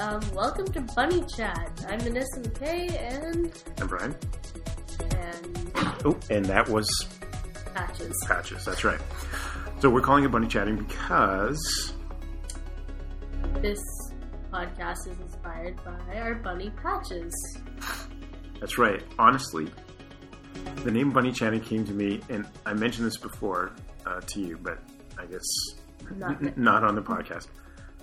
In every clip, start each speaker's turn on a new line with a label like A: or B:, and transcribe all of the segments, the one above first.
A: um, Welcome to Bunny Chat. I'm Vanessa McKay and
B: And Brian.
A: and
B: Oh, and that was
A: Patches.
B: Patches. That's right. So we're calling it Bunny Chatting because
A: This podcast is inspired by our bunny Patches.
B: that's right. Honestly, the name Bunny Chatting came to me, and I mentioned this before uh, to you, but I guess
A: Not
B: n- not on the podcast.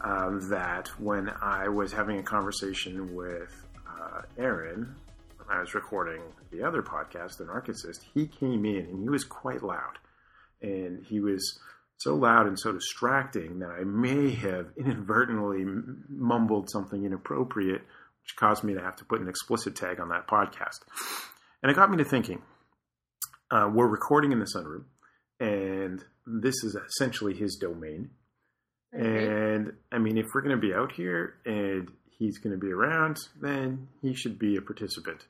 B: Um, that when I was having a conversation with uh, Aaron, when I was recording the other podcast, The Narcissist, he came in and he was quite loud. And he was so loud and so distracting that I may have inadvertently m- mumbled something inappropriate, which caused me to have to put an explicit tag on that podcast. And it got me to thinking uh, we're recording in the sunroom, and this is essentially his domain.
A: Okay.
B: And I mean, if we're going to be out here and he's going to be around, then he should be a participant.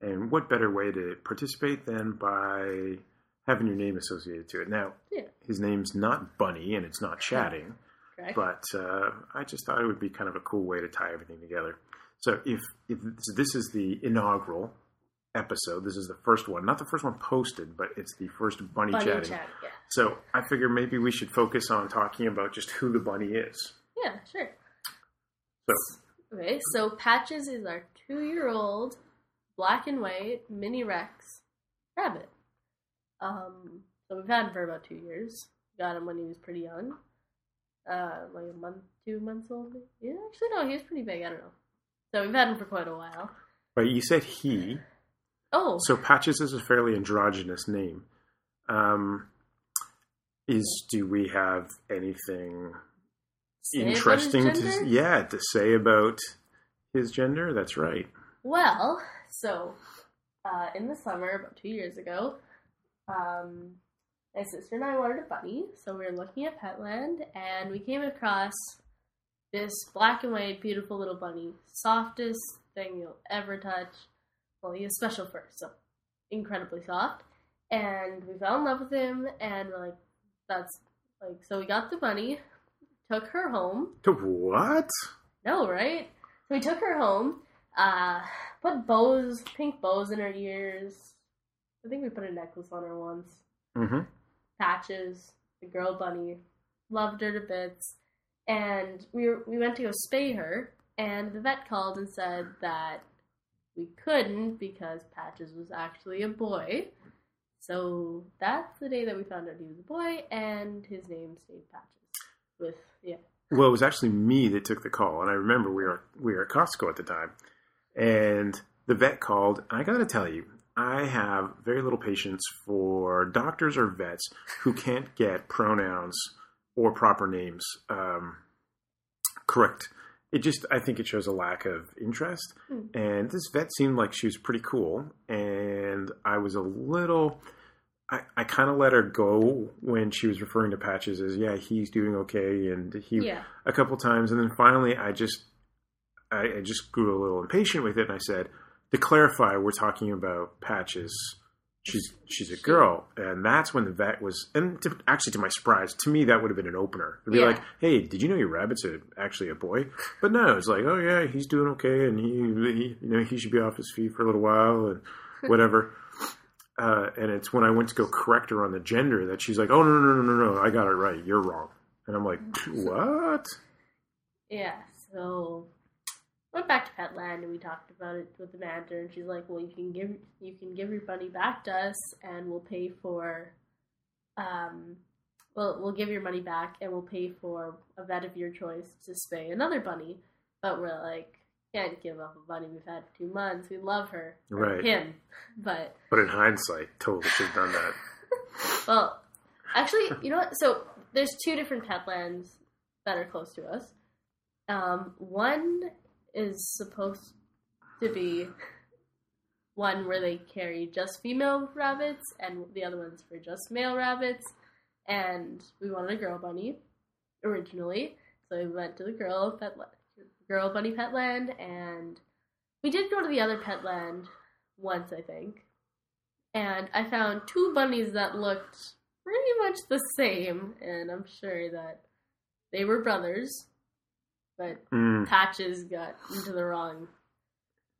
B: And what better way to participate than by having your name associated to it? Now,
A: Yeah.
B: his name's not Bunny and it's not chatting,
A: Correct.
B: but uh, I just thought it would be kind of a cool way to tie everything together. So, if, if so this is the inaugural episode, this is the first one, not the first one posted, but it's the first Bunny,
A: bunny
B: chatting.
A: Chat. Yeah.
B: So, I figure maybe we should focus on talking about just who the bunny is.
A: Yeah. Sure.
B: So,
A: Okay. So Patches is our two-year-old black and white mini Rex rabbit. Um. So we've had him for about two years. Got him when he was pretty young. Uh, like a month, two months old. Yeah, actually, no, he was pretty big. I don't know. So we've had him for quite a while.
B: but you said he,
A: Oh,
B: so Patches is a fairly androgynous name. Um, is do we have anything
A: say about his
B: interesting
A: gender?
B: to yeah to say about his gender? That's right.
A: Well, so uh, in the summer, about two years ago, um, my sister and I wanted a bunny, so we were looking at Petland, and we came across this black and white, beautiful little bunny, softest thing you'll ever touch. Well, he has special fur, so incredibly soft. And we fell in love with him, and we're like, that's like, so we got the bunny, took her home,
B: To what?
A: no, right? So we took her home, uh, put bows, pink bows in her ears. I think we put a necklace on her once.
B: hmm
A: Patches, the girl bunny, loved her to bits. And we were, we went to go spay her, and the vet called and said that we couldn't because Patches was actually a boy. So that's the day that we found out he was a boy, and his name stayed Patches. With yeah,
B: Well, it was actually me that took the call, and I remember we were we were at Costco at the time, and the vet called. And I got to tell you, I have very little patience for doctors or vets who can't get pronouns or proper names um, correct. It just, I think, it shows a lack of interest.
A: Hmm.
B: And this vet seemed like she was pretty cool, and I was a little. I, I kind of let her go when she was referring to patches as yeah he's doing okay and he
A: yeah,
B: a couple times, and then finally, I just I, I just grew a little impatient with it, and I said, "To clarify, we're talking about patches. She's she's a girl, and that's when the vet was. And to, actually, to my surprise, to me, that would have been an opener. It'd be
A: Yeah.
B: like, "Hey, did you know your rabbit's a, actually a boy?" But no, it's like, "Oh yeah, he's doing okay, and he, he you know he should be off his feet for a little while, and whatever." Uh, and it's when I went to go correct her on the gender that she's like, "Oh no no no no no! I got it right. You're wrong." And I'm like, "What?"
A: Yeah, so went back to Petland and we talked about it with the manager, and she's like, "Well, you can give you can give your bunny back to us, and we'll pay for, um, well, we'll give your money back, and we'll pay for a vet of your choice to spay another bunny." But we're like, can't give up a bunny we've had for two months. We love her, or
B: Right.
A: Him, but
B: But in hindsight, totally should have done that.
A: well, actually, you know what? So there's two different petlands that are close to us. Um, one is supposed to be one where they carry just female rabbits, and the other one's for just male rabbits. And we wanted a girl bunny originally, so we went to the girl pet girl bunny petland, and we did go to the other petland once, I think and I found two bunnies that looked pretty much the same, and I'm sure that they were brothers. but
B: Mm,
A: Patches got into the wrong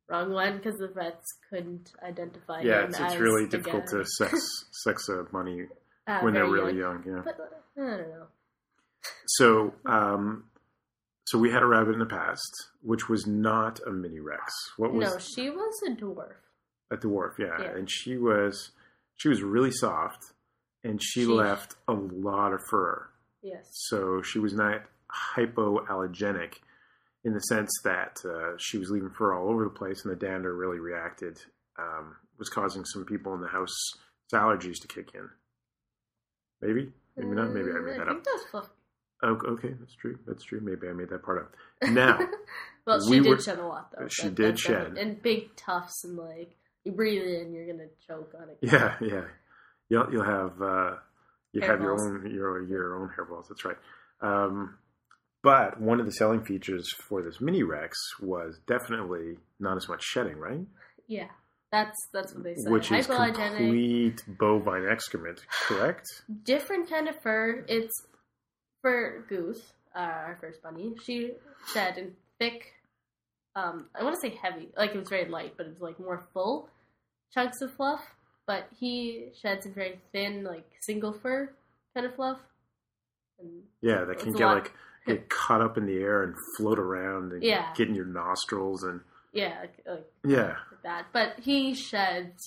A: wrong one because the vets couldn't identify
B: yeah,
A: him.
B: it's, it's
A: as
B: really
A: the
B: difficult
A: guy.
B: to sex sex a bunny
A: Uh,
B: when they're
A: very
B: really young. yeah.
A: But uh, I don't know.
B: So, um, so we had a rabbit in the past, which was not a mini Rex. What was
A: no, she was a dwarf.
B: a dwarf? Yeah.
A: Yeah.
B: and she was she was really soft, and she,
A: She-
B: left a lot of fur.
A: Yes.
B: So she was not hypoallergenic in the sense that uh, she was leaving fur all over the place, and the dander really reacted, um, was causing some people in the house allergies to kick in. Maybe, maybe not. Maybe I
A: Mm,
B: made that
A: I
B: up.
A: think that was fluff.
B: Oh, okay, that's true. That's true. Maybe I made that part up. Now,
A: Well, she
B: We
A: did
B: were-
A: shed a lot though.
B: she
A: That-
B: did
A: that's
B: shed.
A: definitely- and big tufts and like you breathe in, you're gonna choke on it.
B: yeah, yeah, you'll you'll have uh, you have your
A: Hairballs.
B: own your your own hairballs. That's right. Um, but one of the selling features for this mini Rex was definitely not as much shedding, right?
A: Yeah. That's that's what they said.
B: Which is
A: Hypoallergenic.
B: complete bovine excrement, correct?
A: different kind of fur. It's for Goose, uh, our first bunny. She shed in thick, um, I want to say heavy, like it was very light, but it was like more full chunks of fluff. But he sheds in very thin, like single fur kind of fluff. And
B: Yeah, that can
A: It's a
B: get
A: lot.
B: like get caught up in the air and float around and
A: Yeah.
B: get in your nostrils and
A: yeah, like, like
B: yeah,
A: that. But he sheds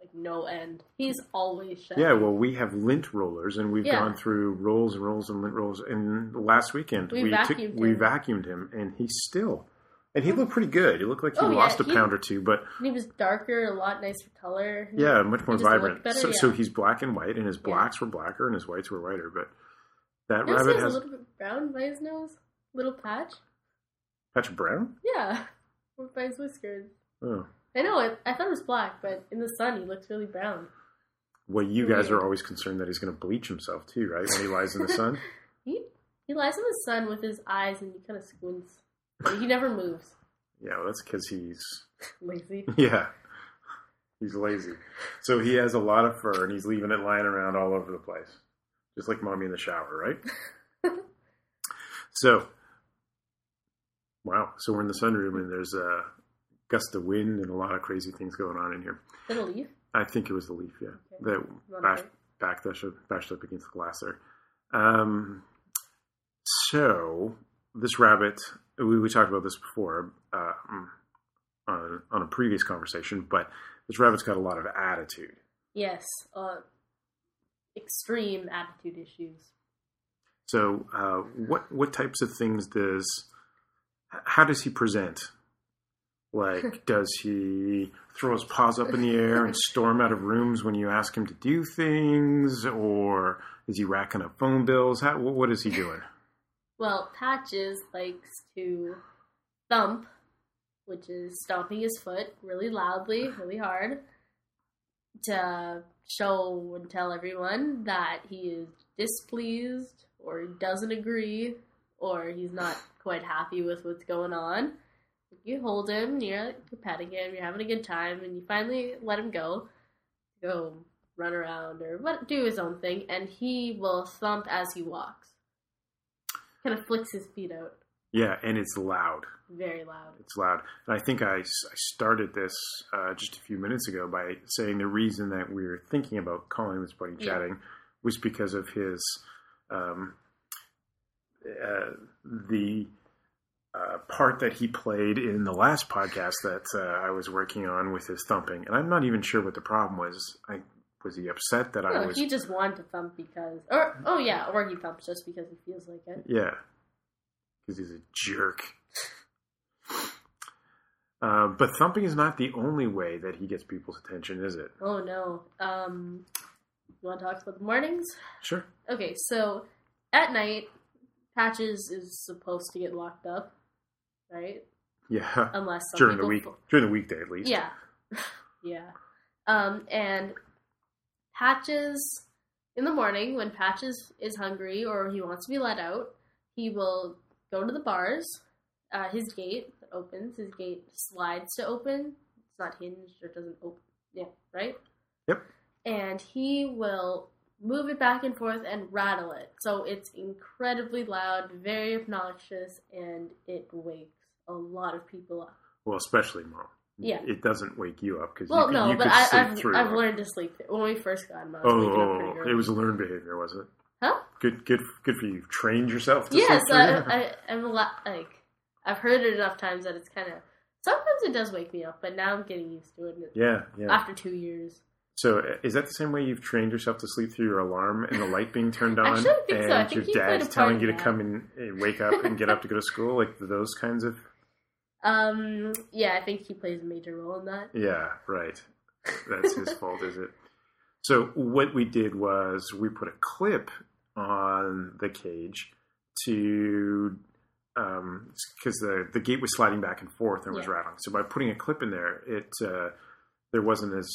A: like no end. He's always shedding.
B: Yeah, well, we have lint rollers, and we've
A: Yeah.
B: gone through rolls and rolls and lint rolls. And last weekend,
A: We vacuumed
B: we
A: him.
B: vacuumed him, and he still, and he looked pretty good. He looked like he
A: Oh, yeah,
B: lost a
A: he-
B: pound or two, but
A: And he was darker, a lot nicer color.
B: yeah, much more
A: just looked
B: vibrant.
A: better,
B: so,
A: yeah.
B: so he's black and white, and his
A: Yeah.
B: blacks were blacker, and his whites were whiter. But that
A: Notice he
B: rabbit
A: has
B: has
A: a little bit brown by his nose, little patch.
B: patch of brown.
A: Yeah, or by his whiskers.
B: Oh.
A: I know. It, I thought it was black, but in the sun, he looks really brown.
B: Well, you guys
A: Weird.
B: are always concerned that he's going to bleach himself too, right? When he lies in the sun.
A: He he lies in the sun with his eyes, and he kind of squints. Like, he never moves.
B: Yeah, well, that's because he's
A: Lazy.
B: Yeah. He's lazy. So he has a lot of fur and he's leaving it lying around all over the place. Just like mommy in the shower, right? so, wow. So we're in the sunroom and there's a gust of wind and a lot of crazy things going on in here.
A: Little leaf.
B: I think it was the leaf, yeah. That
A: One
B: bash,
A: bite.
B: backed, us up, bashed up against the glass there. Um, so this rabbit, we, we talked about this before uh, mm, on, on a previous conversation, but this rabbit's got a lot of attitude.
A: Yes. Uh, extreme attitude issues.
B: So uh, what what types of things does h- how does he present? Like, does he throw his paws up in the air and storm out of rooms when you ask him to do things, or is he racking up phone bills? How, wh- what is he doing?
A: Well, Patches likes to thump, which is stomping his foot really loudly, really hard, to show and tell everyone that he is displeased or doesn't agree or he's not quite happy with what's going on. You hold him, you're, you're petting him, you're having a good time, and you finally let him go. Go run around or what, do his own thing, and he will thump as he walks. Kind of flicks his feet out
B: Yeah, and it's loud.
A: very loud.
B: It's loud. And I think I, s- I started this uh, just a few minutes ago by saying the reason that we were thinking about calling this bunny
A: Yeah.
B: chatting was because of his um, uh, the uh, part that he played in the last podcast that uh, I was working on with his thumping. And I'm not even sure what the problem was. I was he upset that I
A: No,
B: was
A: Oh, he just wanted to thump because, or oh yeah, or he thumps just because he feels like it.
B: Yeah. Because he's a jerk. Uh, but thumping is not the only way that he gets people's attention, is it?
A: Oh no. Um, you want to talk about the mornings?
B: Sure.
A: Okay, so at night, Patches is supposed to get locked up, right?
B: Yeah.
A: Unless Uh, some
B: during the
A: people-
B: week, during the weekday at least.
A: Yeah. yeah. Um, and Patches, in the morning, when Patches is hungry or he wants to be let out, he will go to the bars. Uh, his gate that opens, his gate slides to open. It's not hinged or doesn't open. Yeah, right?
B: Yep.
A: And he will move it back and forth and rattle it. So it's incredibly loud, very obnoxious, and it wakes a lot of people up.
B: Well, especially mom.
A: Yeah.
B: It doesn't wake you up because
A: Well,
B: you, can-
A: no,
B: you
A: but
B: could
A: I,
B: sleep
A: I've
B: through.
A: I've
B: it.
A: learned to sleep through. when we first got them. I was
B: Oh,
A: waking up pretty
B: oh, oh,
A: early.
B: it was a learned behavior, was it?
A: huh?
B: Good, good, good for you. You've Trained yourself. To
A: Yes,
B: sleep
A: I,
B: through.
A: I, I'm a lot like I've heard it enough times that it's kind of sometimes it does wake me up, but now I'm getting used to it. and it-
B: yeah, yeah.
A: After two years,
B: So uh, is that the same way you've trained yourself to sleep through your alarm and the light being turned on,
A: Actually, I think
B: and
A: so. I think
B: your
A: you played
B: dad's
A: a part
B: telling
A: in
B: you to
A: that.
B: come and uh, wake up and get up to go to school, like those kinds of?
A: um, yeah, I think he plays a major role in that.
B: Yeah, right. That's his fault, is it? So what we did was we put a clip on the cage to um 'cause because the the gate was sliding back and forth and was
A: Yeah.
B: rattling. So by putting a clip in there, it uh, there wasn't as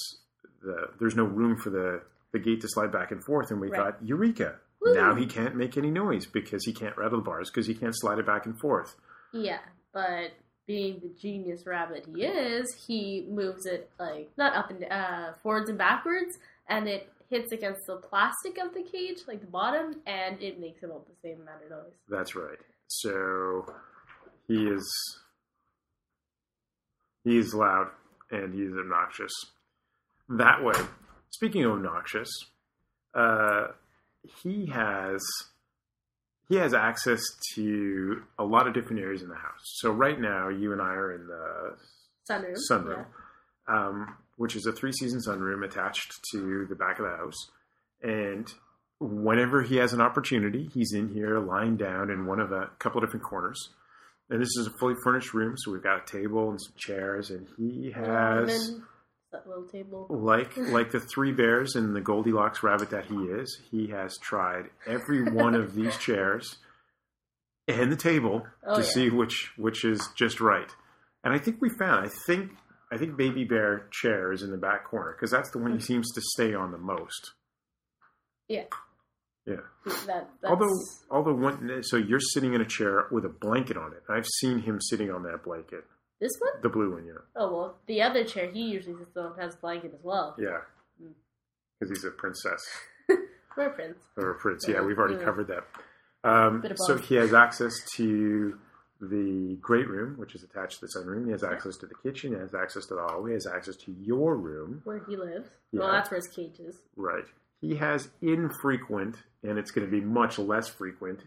B: the there's no room for the the gate to slide back and forth, and we
A: Right.
B: thought eureka!
A: Woo.
B: Now he can't make any noise because he can't rattle the bars because he can't slide it back and forth.
A: Yeah, but being the genius rabbit he is, he moves it like not up and uh, forwards and backwards, and it hits against the plastic of the cage, like the bottom, and it makes about the same amount of noise.
B: That's right. So he is he is loud and he is obnoxious. That way. Speaking of obnoxious, uh, he has he has access to a lot of different areas in the house. So right now, you and I are in the
A: Sunroom.
B: sunroom, um, which is a three season sunroom attached to the back of the house. And whenever he has an opportunity, he's in here lying down in one of a couple different corners. And this is a fully furnished room, so we've got a table and some chairs, and he
A: Yeah. And
B: has.
A: then that little table.
B: Like like the three bears and the Goldilocks rabbit that he is, he has tried every one of these chairs and the table
A: Oh,
B: to
A: yeah.
B: see which which is just right. And I think we found. I think I think baby bear chair is in the back corner because that's the one he seems to stay on the most.
A: Yeah.
B: Yeah.
A: That, that's,
B: Although although one so you're sitting in a chair with a blanket on it. I've seen him sitting on that blanket,
A: this one?
B: the blue one. Yeah.
A: Oh well, the other chair he usually sits on has a blanket as well.
B: Yeah.
A: Mm.
B: Because he's a princess.
A: We're prince.
B: or Prince. Yeah, we've already
A: Yeah.
B: covered that. Um,
A: Mm. Bit of
B: so
A: both.
B: he has access to the great room, which is attached to the sunroom. He has access to the kitchen. He has access to the hallway. He has access to your room.
A: Where he lives.
B: Yeah.
A: Well, that's where his cage is.
B: Right. He has infrequent, and it's going to be much less frequent.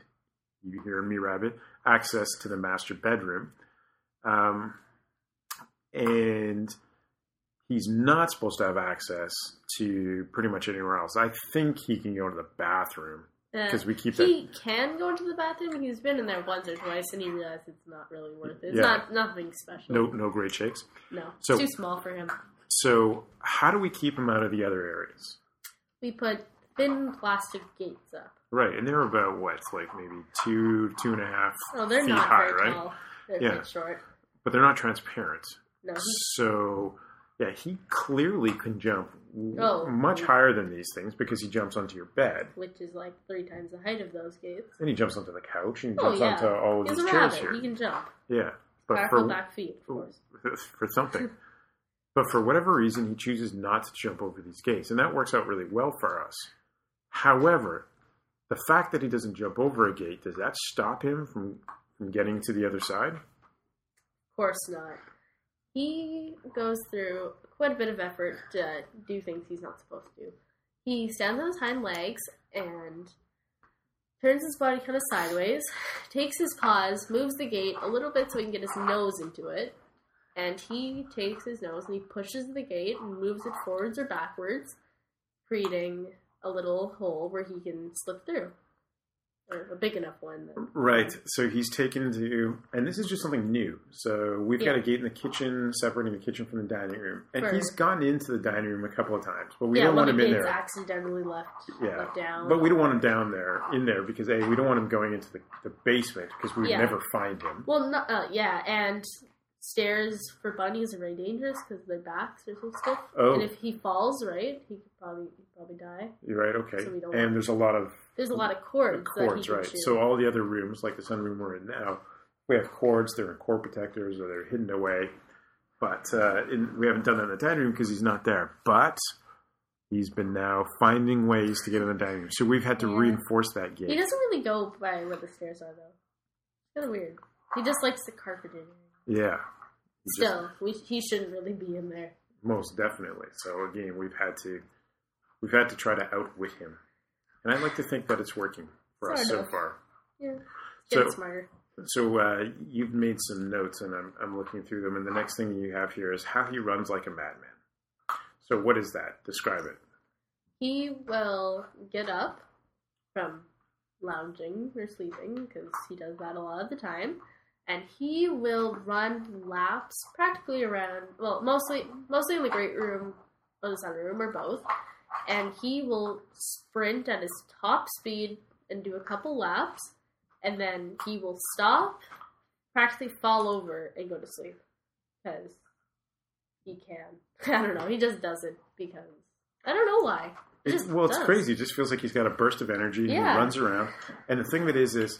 B: You hearing me, Rabbit? Access to the master bedroom, um, and he's not supposed to have access to pretty much anywhere else. I think he can go to the bathroom because we keep that
A: he can go into the bathroom. He's been in there once or twice, and he realized it's not really worth it. It's
B: Yeah.
A: not nothing special.
B: No, no great shakes.
A: no,
B: So-
A: it's too small for him.
B: So, how do we keep them out of the other areas?
A: We put thin plastic gates up.
B: Right, and they're about what, like maybe two, two and a half,
A: Oh, they're
B: Feet
A: not
B: high,
A: very
B: right?
A: tall. They're
B: Yeah.
A: like short.
B: but they're not transparent.
A: No, he,
B: So, yeah, he clearly can jump w-
A: Oh.
B: much higher than these things because he jumps onto your bed
A: which is like three times the height of those gates.
B: and he jumps onto the couch and he
A: Oh
B: jumps
A: yeah,
B: onto all of
A: he's
B: these
A: a
B: chairs
A: rabbit.
B: here.
A: He can jump.
B: Yeah, but
A: Powerful
B: for
A: back feet, of course.
B: for something. but for whatever reason, he chooses not to jump over these gates, and that works out really well for us. However, the fact that he doesn't jump over a gate does that stop him from, from getting to the other side?
A: Of course not. He goes through quite a bit of effort to do things he's not supposed to. He stands on his hind legs and turns his body kind of sideways, takes his paws, moves the gate a little bit so he can get his nose into it, and he takes his nose and he pushes the gate and moves it forwards or backwards, creating a little hole where he can slip through. Or a big enough one. that-
B: Right. So he's taken into, and this is just something new. So we've got a gate in the kitchen separating the kitchen from the dining room, and
A: Right.
B: he's gone into the dining room a couple of times, but we
A: yeah,
B: don't
A: one
B: want
A: of
B: him
A: the
B: in
A: gates
B: there.
A: accidentally left,
B: Yeah,
A: left down.
B: But we don't want him down there, in there, because a we don't want him going into the, the basement because we would
A: Yeah.
B: never find him.
A: Well, no, uh, yeah, and stairs for bunnies are very dangerous because their backs are so stiff.
B: Oh.
A: And if he falls, right, he could probably he'd probably die.
B: You're right. Okay.
A: So we don't want-
B: and there's a lot of
A: There's a lot of cords, that he
B: cords,
A: can
B: right?
A: chew.
B: So uh, all the other rooms, like the sunroom we're in now, we have cords. They're in cord protectors, or they're hidden away. But uh, in, we haven't done that in the dining room because he's not there. But He's been now finding ways to get in the dining room. So we've had to
A: Yeah.
B: reinforce that
A: He
B: game.
A: doesn't really go by what the stairs are though. Kind of weird. He just likes the carpeting.
B: Yeah. He just-
A: Still, we, he shouldn't really be in there.
B: Most definitely. So again, we've had to we've had to try to outwit him, and I like to think that it's working for us
A: Sort
B: so
A: of.
B: far.
A: Yeah,
B: So-
A: getting smarter.
B: So uh, you've made some notes, and I'm I'm looking through them. And the next thing you have here is how he runs like a madman. So what is that? Describe it.
A: He will get up from lounging or sleeping because he does that a lot of the time, and he will run laps practically around. Well, mostly mostly in the great room or the sunroom or both, and he will sprint at his top speed and do a couple laps, and then he will stop, practically fall over and go to sleep because he can. I don't know. He just does it because I don't know why. He
B: It-
A: just
B: well, it's
A: does.
B: crazy. It just feels like he's got a burst of energy. and He
A: Yeah.
B: runs around, and the thing that is is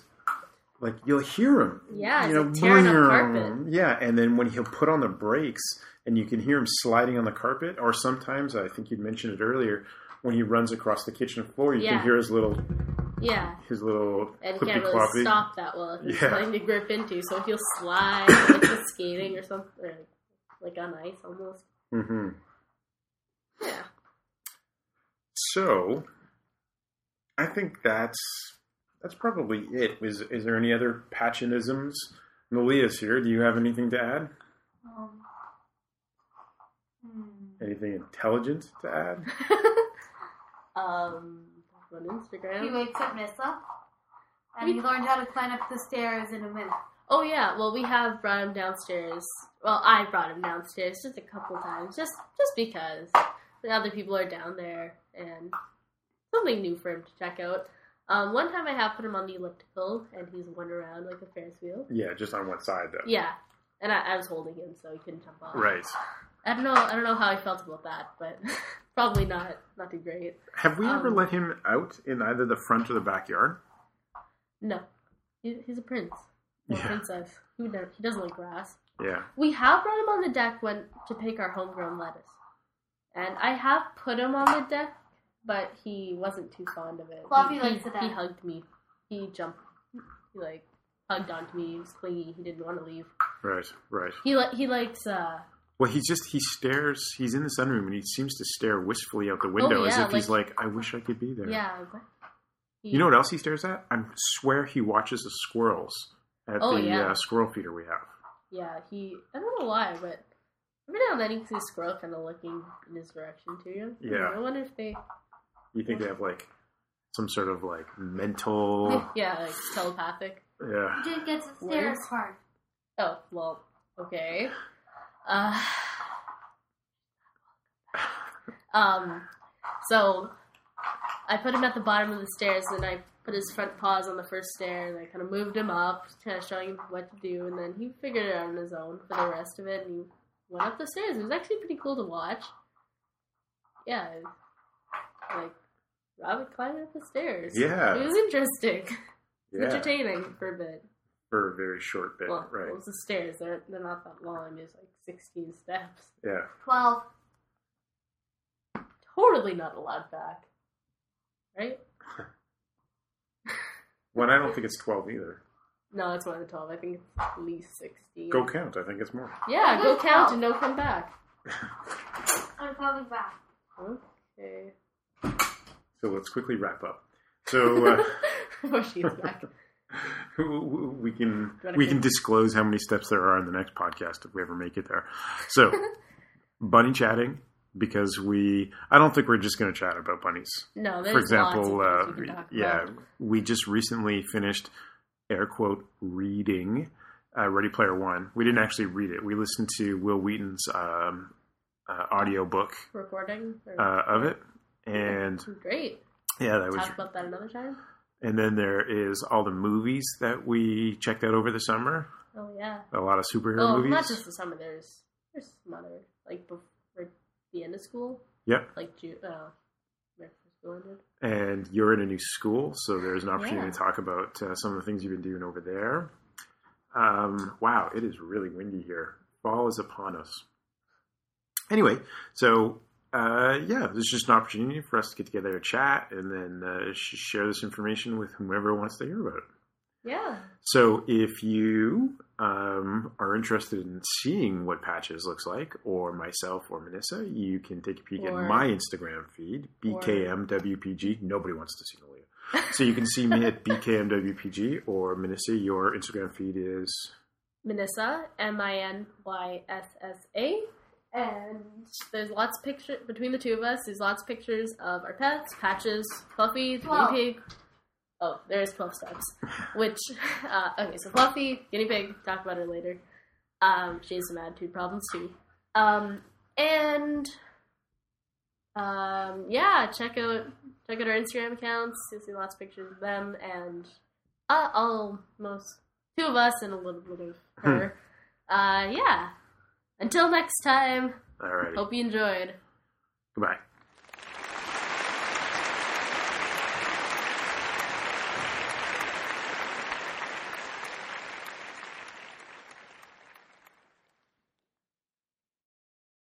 B: like you'll hear him.
A: Yeah,
B: you
A: it's like tearing up
B: "Boing."
A: carpet.
B: Yeah, and then when he'll put on the brakes, and you can hear him sliding on the carpet, or sometimes I think you mentioned it earlier when he runs across the kitchen floor, you
A: Yeah.
B: can hear his little
A: Yeah,
B: his little
A: and he
B: clippy
A: can't really
B: cloppy.
A: stop that well. He's
B: Yeah.
A: trying to grip into, so he'll slide like he's skating or something, or like on ice almost.
B: hmm
A: Yeah,
B: So, I think that's that's probably it. Is is there any other patchonisms? Malia's here. Do you have anything to add?
C: Um, hmm.
B: Anything intelligent to add?
A: um, on
C: He
A: Instagram.
C: wakes up Missa, and
A: We-
C: he learned how to climb up the stairs in a minute.
A: Oh yeah, well we have brought him downstairs. Well, I brought him downstairs just a couple times, just just because the other people are down there and something new for him to check out. Um, one time I have put him on the elliptical and he's went around like a Ferris wheel.
B: Yeah, just on one side though.
A: Yeah, and I, I was holding him so he couldn't jump off.
B: Right.
A: I don't know. I don't know how I felt about that, but probably not not too great.
B: Have we ever
A: Um,
B: let him out in either the front or the backyard?
A: No, he, he's a prince, or a
B: Yeah.
A: princess. He, would never, he doesn't like grass.
B: Yeah.
A: We have brought him on the deck when to pick our homegrown lettuce, and I have put him on the deck, but he wasn't too fond of it.
C: Fluffy
A: he,
C: likes
A: he,
C: the deck.
A: he hugged me. He jumped. He like hugged onto me. He was clingy. He didn't want to leave.
B: Right. Right.
A: He li- he likes uh
B: Well, he just he stares. He's in the sunroom and he seems to stare wistfully out the window as
A: Oh, yeah,
B: if he's like, "I wish I could be there."
A: yeah. what? He,
B: You know what else he stares at? I swear he watches the squirrels at
A: Oh,
B: the
A: yeah.
B: uh, squirrel feeder we have.
A: Yeah, he. I don't know why, but every now and then he sees a squirrel kind of looking in his direction too. I don't know,
B: Yeah.
A: I wonder if they.
B: You think they have like some sort of like mental,
A: Yeah, like telepathic.
B: yeah,
C: He didn't get to the stairs
A: Where?
C: part.
A: Oh well, okay. Uh, um, so I put him at the bottom of the stairs, and I put his front paws on the first stair, and I kind of moved him up, kind of showing him what to do, and then he figured it out on his own for the rest of it, and he went up the stairs. It was actually pretty cool to watch. Yeah, it- like Robert climbing up the stairs. it
B: yeah,
A: was interesting,
B: yeah,
A: entertaining for a bit.
B: for a very short bit,
A: Well,
B: right?
A: well, it's the stairs. They're they're not that long. I mean, it's like sixteen steps.
B: Yeah,
C: Twelve.
A: Totally not allowed back, right?
B: well, and I don't think it's twelve either.
A: No, it's more than twelve. I think it's at least sixteen.
B: Go count. I think it's more.
A: Yeah, go
C: Good
A: count
C: job.
A: and no come back.
C: I'm probably back.
A: Okay.
B: So let's quickly wrap up. So uh,
A: Before Oh, she's back.
B: we can
A: wanna
B: we can
A: keep-
B: disclose how many steps there are in the next podcast if we ever make it there. So bunny chatting because we I don't think we're just going to chat about bunnies.
A: No, there's
B: for example,
A: lots
B: uh,
A: of things we can talk
B: yeah,
A: about.
B: we just recently finished air quote reading uh, Ready Player One. We didn't actually read it. We listened to Will Wheaton's um, uh, audio book
A: recording or-
B: uh, of it, and
A: great.
B: yeah, that was.
A: Talk about that another time.
B: And then there is all the movies that we checked out over the summer.
A: Oh yeah.
B: A lot of superhero
A: Oh,
B: movies.
A: not just the summer. There's there's some other like before the end of school,
B: Yep.
A: like June. Uh, right before school ended.
B: And you're in a new school, so there's an opportunity
A: Yeah.
B: to talk about uh, some of the things you've been doing over there. Um, wow, it is really windy here. Fall is upon us. Anyway, so uh, yeah, this is just an opportunity for us to get together and chat and then uh, sh- share this information with whomever wants to hear about it.
A: Yeah.
B: So if you um, are interested in seeing what Patches looks like, or myself or Manissa, you can take a peek
A: Or-
B: at my Instagram feed, BKMWPG. Nobody wants to see Malia. So you can see me at BKMWPG, or Manissa, your Instagram feed is.
A: Minissa, M I N Y S S A. And there's lots of pictures between the two of us. There's lots of pictures of our pets, patches, Fluffy, the
C: Twelve.
A: guinea pig. Oh, there's twelve steps. Which, uh, okay, so Fluffy, guinea pig. Talk about her later. Um, she has some attitude problems too. Um, and um, yeah, check out check out our Instagram accounts. You'll see lots of pictures of them and uh, almost two of us and a little bit of her. uh, yeah. Until next time,
B: Alrighty.
A: Oh. hope you enjoyed.
B: Goodbye.